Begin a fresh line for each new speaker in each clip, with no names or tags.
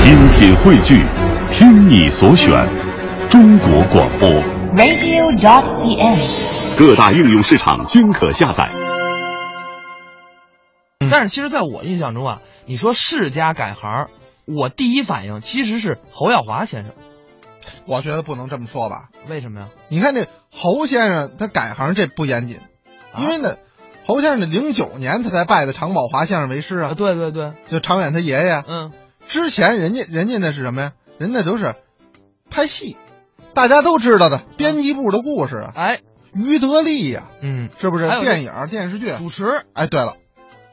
精品汇聚，听你所选，中国广播。
radio.cn。
各大应用市场均可下载。
嗯
但是其实在我印象中啊，你说世家改行，我第一反应其实是侯耀华先生，
我觉得不能这么说吧。
为什么呀？
你看这侯先生他改行这不严谨，
啊
因为呢，侯先生呢零九年他才拜的常宝华先生为师
啊，
啊，
对对对，
就常远他爷爷。
嗯，
之前人家人家那是什么呀？人家都是拍戏，大家都知道的编辑部的故事啊，
哎，
于德利呀、
嗯，
是不是
还有？这
电影儿、电视剧。
主持，
哎，对了，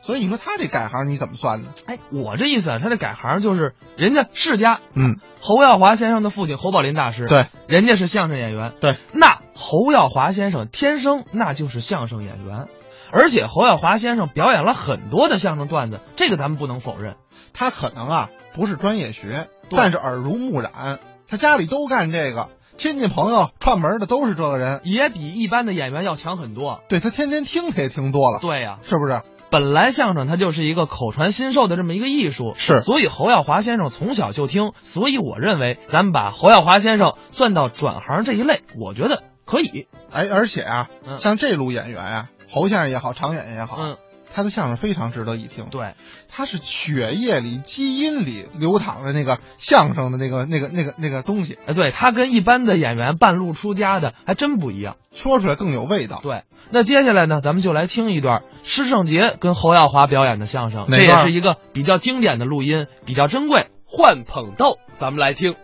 所以你说他这改行你怎么算呢？
哎，我这意思啊，他这改行就是人家世家
嗯，
侯耀华先生的父亲侯宝林大师，，
对
人家是相声演员，
对，
那侯耀华先生天生那就是相声演员。而且侯耀华先生表演了很多的相声段子，这个咱们不能否认。
他可能啊不是专业学，
对
但是耳濡目染，他家里都干这个，亲戚朋友串门的都是这个人。
也比一般的演员要强很多。
对他天天听，他也听多了，
对呀、
是不是？
本来相声它就是一个口传心授的这么一个艺术，
是
所以侯耀华先生从小就听，所以我认为咱们把侯耀华先生算到转行这一类，我觉得可以。
哎，而且啊，
嗯
像这路演员啊，侯先生也好，常远也好，
嗯，
他的相声非常值得一听。
对，
他是血液里、基因里流淌着那个相声的那个、那个、那个、那个东西，
哎，对他跟一般的演员半路出家的还真不一样。
说出来更有味道。
对，那接下来呢，咱们就来听一段施圣杰跟侯耀华表演的相声，
哪
这也
段儿
是一个比较经典的录音，比较珍贵。换捧逗，咱们来听。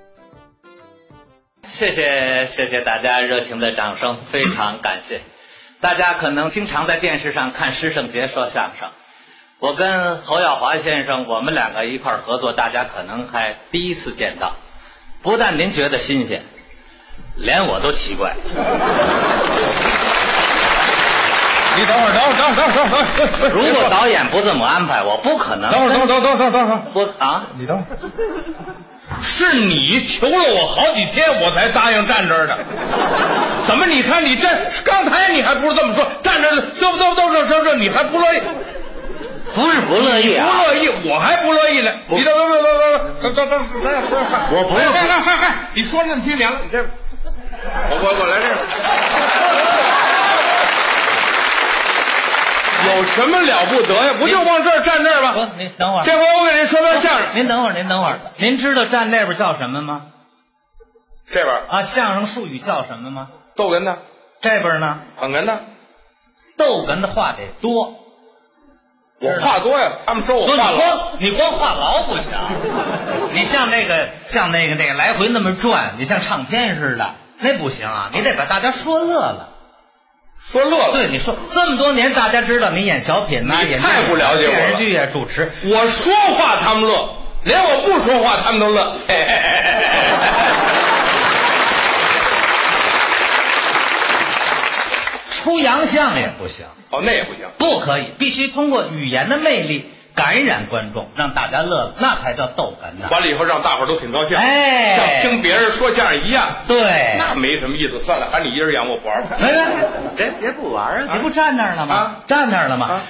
谢谢谢谢大家热情的掌声，非常感谢。大家可能经常在电视上看施圣杰说相声，我跟侯耀华先生，我们两个一块儿合作，大家可能还第一次见到。不但您觉得新鲜，连我都奇怪。
你等会儿，等会儿，等会儿，等会儿，等会儿。
如果导演不这么安排，我不可能。
等会儿，等会儿，等会儿，等会儿，等会儿，
不啊，
你等会儿。是你求了我好几天，我才答应站这儿的。怎么？你看你这刚才你还不是这么说，站这儿这不这不这不这这这你还不乐意？
不是不乐意
不
啊，
乐意，我还不乐意呢。你等等等等等等等等等，
我不
来
是
来来来，你说那么些年了，你这我我我来这儿。有什么了不得呀？不就往这儿站这儿吧？
不，您等会儿。
这回我给您说段相声，
您等会儿，您等会儿，您知道站那边叫什么吗？
这边
啊，相声术语叫什么吗？
逗哏呢，
这边呢，
捧哏呢，
逗哏的话得多，
我话多呀，他们说我
不是
话
你
痨。
光你光话痨不 行，你像那个像那个那个来回那么转，你像唱片似的，那不行啊，你得把大家说乐了。
说乐了。
对，你说这么多年，大家知道你演小品呐、
你
演
太不了解我
电视
了
剧啊，主 持，
我说话他们乐，连我不说话他们都乐。嘿嘿嘿嘿嘿
出洋相也不行，
哦，那也不行。
不可以，必须通过语言的魅力感染观众，让大家乐了，那才叫逗哏呢。
完了以后让大伙儿都挺高兴，
哎
像听别人说相声一样，
对，
那没什么意思。算了，喊你一人演，我不玩
来
了。
来，别别不玩啊！
啊
哎你不站那儿了吗？
哎啊
站那儿了吗？
啊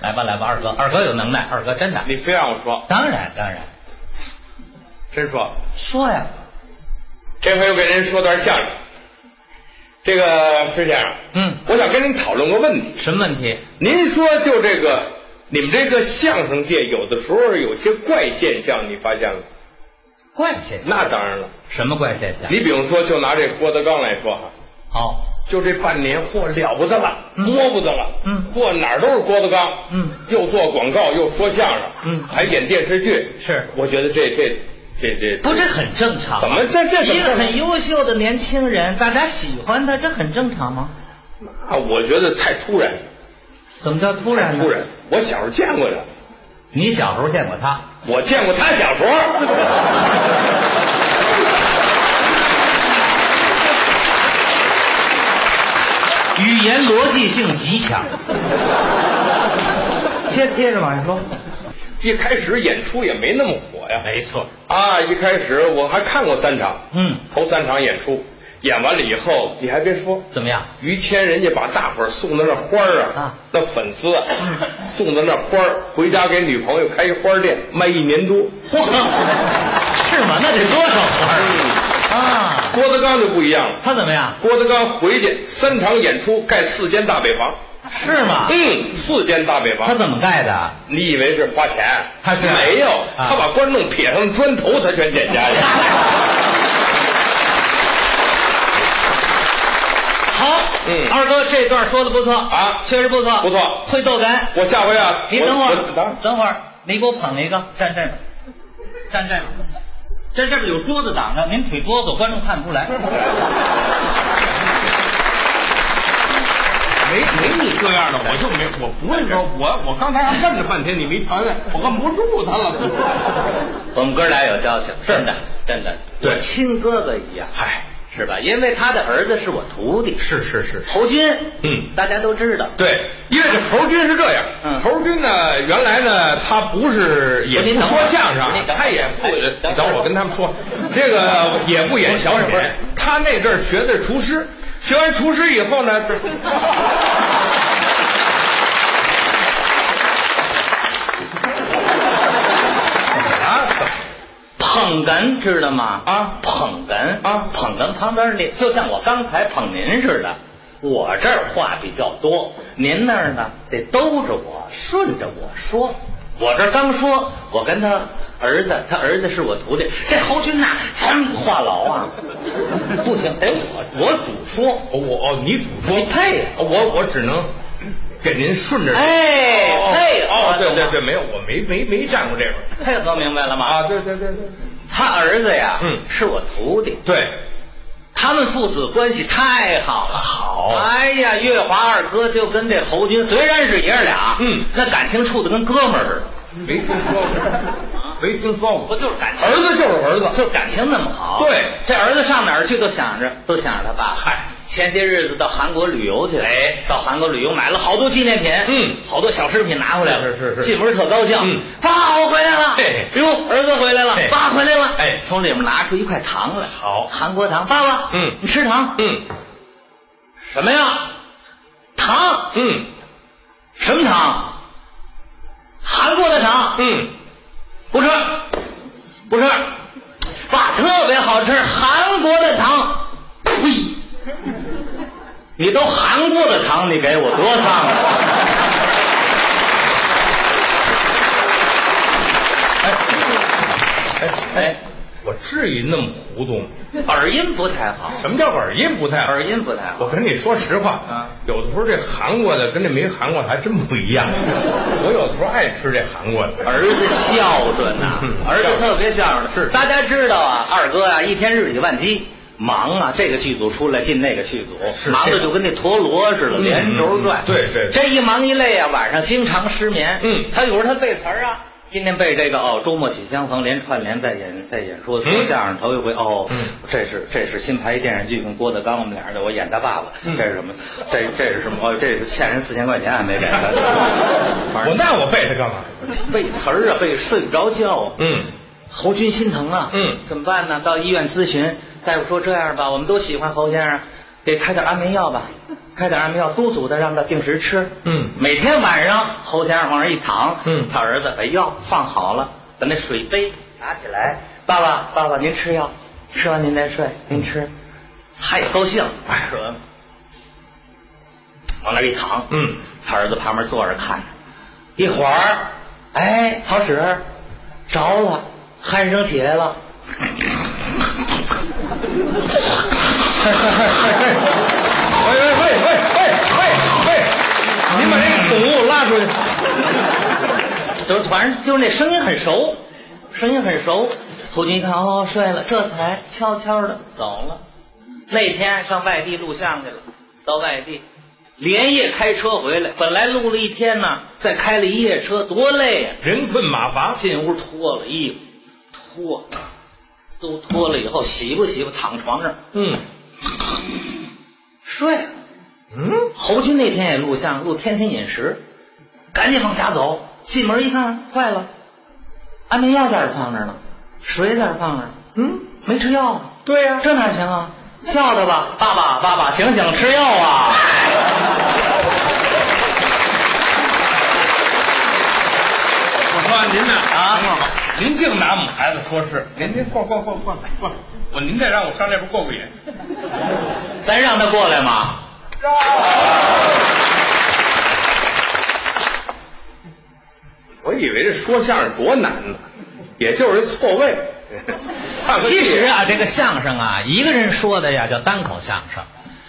来吧来吧，二哥，二哥有能耐，二哥真的。
你非让我说，
当然当然，
真说，
说呀，
这回我给您说段相声。这个石先生，
嗯
我想跟您讨论个问题。
什么问题？
您说就这个，你们这个相声界有的时候有些怪现象，你发现了？
怪现象？
那当然了。
什么怪现象？
你比如说，就拿这郭德纲来说哈，
好，
就这半年，嚯，了不得了，
嗯
摸不得了，
嗯
嚯，哪儿都是郭德纲，
嗯
又做广告，又说相声，
嗯
还演电视剧，
是
我觉得这这这这
不，这很正常。
怎么这这怎
一
么
个很优秀的年轻人，大家喜欢他，这很正常吗？
啊，我觉得太突然，
怎么叫突
太
然？
突然！。 我小时候见过他，
你小时候见过他？
我见过他小时候，
语言逻辑性极 强。接接着往下说。
一开始演出也没那么火呀，
没错。
啊，一开始我还看过三场，
嗯，
头三场演出，演完了以后，你还别说，
怎么样？
于谦人家把大伙儿送到那花儿啊，
啊
那粉丝啊， 送到那花儿，回家给女朋友开一花店，卖一年多。
嚯，嘛，那得多少活儿啊！
郭德纲就不一样了，
他怎么样？
郭德纲回去三场演出盖四间大北房，
是吗？
嗯，四间大北
哎他
房，
怎么盖的？
你以为是花 钱？
他是
没有，
啊
他把观众撇上砖头，他全捡 家去。
好，
嗯
二哥这段说的不错
啊
确实不错，
不错
会逗哏。
我下回啊，
你等会儿
我，
等会儿，你给我捧一个，站这边，站这边，站这边有桌子挡着，您腿哆嗦，观众看不出来。
没没你这样的，我就没我不会说，我我刚才还问了半天，你没传来，我摁不住他了。
我们哥俩有交情，真的，真的，
对
我亲哥哥一样，
嗨，
是吧？因为他的儿子是我徒弟，
是是是是，
侯军，
嗯
大家都知道，
对，因为这侯军是这样，
嗯
侯军呢，原来呢，他不是也
不您
不
等会
说
儿
相声
不是
啊
您，等会儿
他也不呃
哎等会儿
等会儿我跟他们说，这个也不演小品
不是，
他那阵儿学的厨师，学完厨师以后呢， 啊，
捧哏知道吗？
啊
捧哏
啊
捧哏旁边那就像我刚才捧您似的，我这儿话比较多，您那儿呢得兜着我，顺着我说。我这儿刚说，我跟他儿子，他儿子是我徒弟，这侯军呐、他们话痨 啊，不行，得我我主说，
我哦，你主说，哦
你配合
我我只能给您顺着说，
哎
哦
配合
哦，对
懂
对
吗
对，没有，我没没没站过这边
配合明白了吗？
啊，对对对对
他儿子呀，
嗯
是我徒弟，
对。
他们父子关系太好了，
好
哎呀，月华二哥就跟这侯军虽然是爷儿俩，
嗯
那感情处的跟哥们儿似的，
没听 说过，没听说
不
过。
就是感情？
儿子就是儿子，
就是感情那么好。
对
这儿子上哪儿去都想着都想着他爸。
嗨
前些日子到韩国旅游去，哎，到韩国旅游买了好多纪念品，
嗯
好多小饰品拿回来了，
是是是
进门特高兴，
嗯
爸，我回来了，
嘿
哟，儿子回来了
嘿，
爸回来了，
哎
从里面拿出一块糖来，
好
韩国糖，爸爸，
嗯
你吃糖，
嗯
什么呀？糖，
嗯
什么糖？韩国的糖，
嗯，
不吃，不吃，爸特别好吃，韩国的糖，呸！你都韩国的糖，你给我多脏啊！哎
我至于那么糊涂吗？
哎，耳音不太好，
什么叫耳音不太好？
耳音不太
我
好。
跟你说实话，
啊
有的时候这韩国的跟这没韩国的还真不一样。我有的时候爱吃这韩国的，
儿子孝顺呐、
嗯
儿子特别孝顺。
是
大家知道啊，二哥啊，一天日理万机，忙啊，这个剧组出来进那个剧组，
是
忙的
这样
就跟那陀螺似的，
嗯
连轴转。
嗯对对对
这一忙一累啊，晚上经常失眠。
嗯
他有时候他背词儿啊。今天背这个哦，周末喜相逢，连串联在演在演说说
嗯
相声头一回哦
嗯，
这是这是新拍一电视剧，跟郭德纲我们俩人的，我演他爸爸，
嗯
这是什么？这这是什么？哦，这是欠人四千块钱还没给 他。反正
我那我背它干嘛？
背词儿啊，背睡不着觉啊。
嗯，
侯军心疼啊，
嗯
怎么办呢？到医院咨询，大夫说这样吧，我们都喜欢侯先生，给开点安眠药吧，开点安眠药，督促他让他定时吃。
嗯
每天晚上侯先生往那儿一躺，
嗯
他儿子把药放好了，把那水杯拿起来，爸爸，爸爸您吃药，吃完您再睡，您吃，他也高兴，哎，说往那儿一躺，
嗯，
他儿子旁边坐着看着，一会儿，哎，好使，着了，鼾声起来了。
喂喂喂喂喂喂喂，您把这个宠物拉出去。
就是反正就是那声音很熟，声音很熟。侯军一看，哦，睡了，这才悄悄的走了。那天上外地录像去了，到外地连夜开车回来，本来录了一天呢，再开了一夜车，多累呀、
人困马乏，
进屋脱了衣服，脱，都脱了以后洗吧洗吧，躺床上
嗯
睡。
嗯，
侯军那天也录像，录《天天饮食》，赶紧往家走。进门一看，坏了，安眠药在这儿放着呢，水在这儿放着，嗯，没吃药啊。对呀、这哪行啊？叫他吧，爸爸，爸爸，醒醒，吃药啊！我说
说您呢
啊
您净拿我们孩子说事，您您过过过过过，我您再让我上这边过过瘾，
咱让他过来嘛。
我以为这说相声多难呢，也就是错位。
其实啊，这个相声啊，一个人说的呀叫单口相声，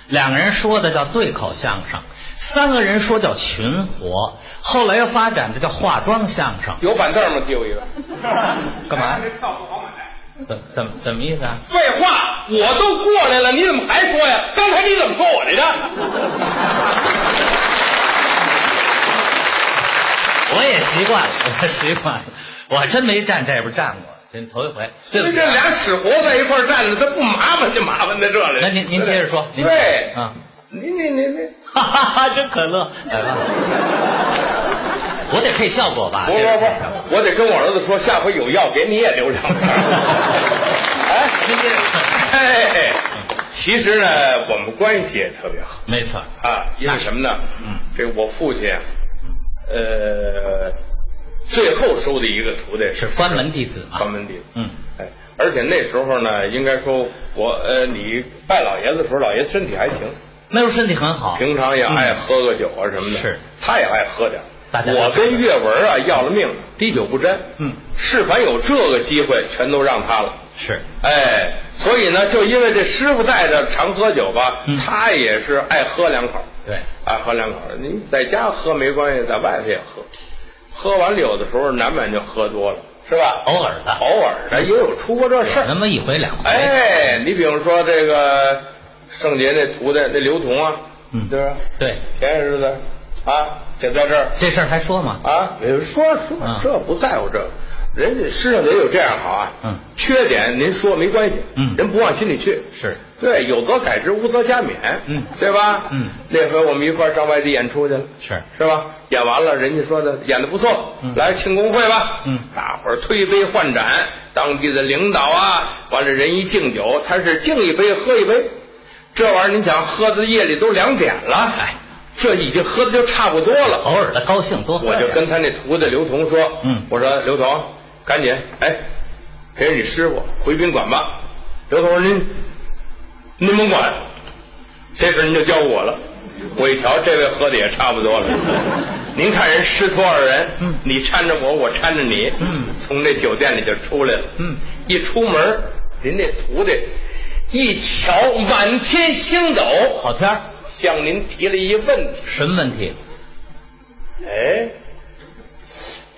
两个人说的叫对口相声，三个人说叫群活，后来又发展的叫化妆相声。
有板凳吗？借我一个。
干嘛？怎怎怎么意思啊？
废话，我都过来了，你怎么还说呀？刚才你怎么说我来着？
我也习惯了，我习惯了，我还真没站这边站过，这头一回。 对不
这
起
这
啊
俩死活在一块儿站着，他不麻烦就麻烦在这里。
那您您接着说，您
对，
啊，
您您您您，
哈哈哈，真可乐，来吧，我得配效果吧？
不不
这得配效果
不，我得跟我儿子说，下回有药给你也 留两瓶。哎，
您接着说，
哎，其实呢，我们关系也特别好
没错，
啊，因为什么呢？
嗯
这我父亲啊，呃，最后收的一个徒弟
是关门弟子嘛？
关门弟子，
嗯，
哎，而且那时候呢，应该说我呃，你拜老爷子的时候，老爷子身体还行，
那时候身体很好，
平常也爱喝个酒啊什么的，
哦是，
他也爱喝点儿。
大家
我跟岳文啊要了命，滴酒不沾。
嗯，
是凡有这个机会，全都让他了。
是
哎，所以呢，就因为这师傅带着常喝酒吧，
嗯
他也是爱喝两口，
对，
爱喝两口。你在家喝没关系，在外头也喝，喝完了有的时候难免就喝多了，是吧？
偶尔的
偶尔的也有出过这事
有
儿
那。么一回两回，
哎，你比如说这个圣杰那徒弟那刘同啊，
嗯
就是
对，
前些日子啊，这在这儿
这事儿还说吗？
啊，有人说说
嗯
这不在乎这个，人家师上得有这样好啊，
嗯
缺点您说没关系，
嗯
人不往心里去，
是
对，有则改之，无则加勉，
嗯
对吧？
嗯
那回我们一块儿上外地演出去了，
是
是吧？演完了，人家说的演的不错，
嗯
来庆功会吧，
嗯
大伙儿推杯换盏，当地的领导啊，完了人一敬酒，他是敬一杯喝一杯，这玩意儿您想喝到夜里都两点了，
哎，
这已经喝的就差不多了，
偶尔的高兴多喝
我
点
就跟他那徒弟刘同说，
嗯
我说刘同，赶紧，哎，陪着你师傅回宾馆吧。刘同说您，您甭管，这事儿您就交我了。我一瞧，这位喝的也差不 多了。您看人师徒二人，
嗯
你搀着我，我搀着你，
嗯
从那酒店里就出来了，
嗯，
一出门，您那徒弟一瞧满天星斗，
好天儿，
向您提了一问题，
什么问题？
哎，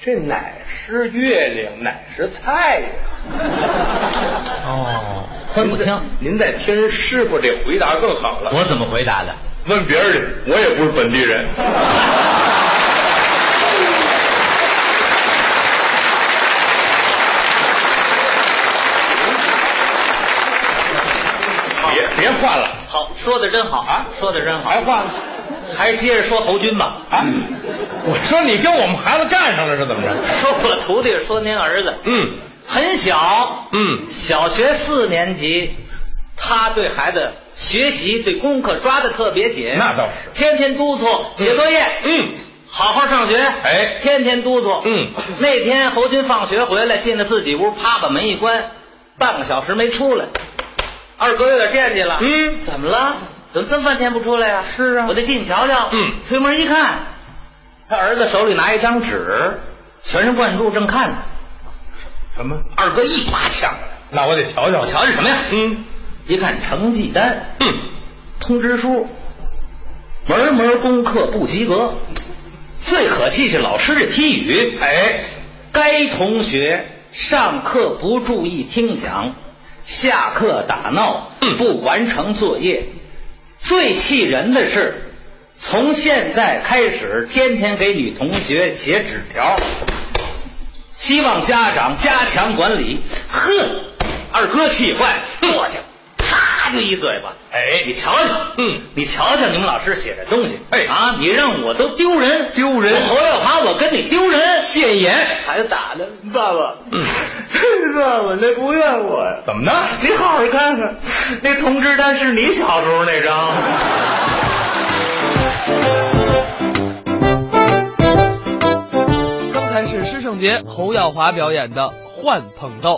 这哪是月亮，哪是太阳？
哦，分不清，
您再听人师傅这回答更好了。
我怎么回答的？
问别人去，我也不是本地人。别别换了，
好，说的真好啊，说的真好，
还哎换了
还是接着说侯军吧。
啊！我说你跟我们孩子干上了是怎么着？
说我徒弟，说您儿子，
嗯
很小，
嗯，
小学四年级，他对孩子学习、对功课抓的特别紧，
那倒是
天天督促写作业，
嗯，
好好上学，
哎
天天督促，
嗯。
那天侯军放学回来，进了自己屋，啪把门一关，半个小时没出来。二哥有点惦记了，
嗯
怎么了？怎么这么半天不出来呀、是啊，我得进去瞧瞧。
嗯
推门一看，他儿子手里拿一张纸，全神贯注正看呢。
什么？
二哥一把抢过来，
那我得瞧瞧。
我瞧瞧什么呀？
嗯
一看成绩单、
嗯，
通知书，门门功课不及格。最可气是老师这批语，
哎，
该同学上课不注意听讲，下课打闹，
嗯
不完成作业。最气人的是，从现在开始，天天给女同学写纸条，希望家长加强管理。呵，二哥气坏，过去，啪就一嘴巴。
哎
你瞧瞧，
嗯
你瞧瞧你们老师写的东西，
哎
啊，你让我都丢人，
丢人
我侯耀华，我跟你丢人，
现眼
孩子打的，爸爸，
嗯
爸爸，那不怨我呀
怎么呢？
你好好看看，那通知单是你小时候那张。
刚才是
施圣杰、侯耀华表演的《换捧逗》。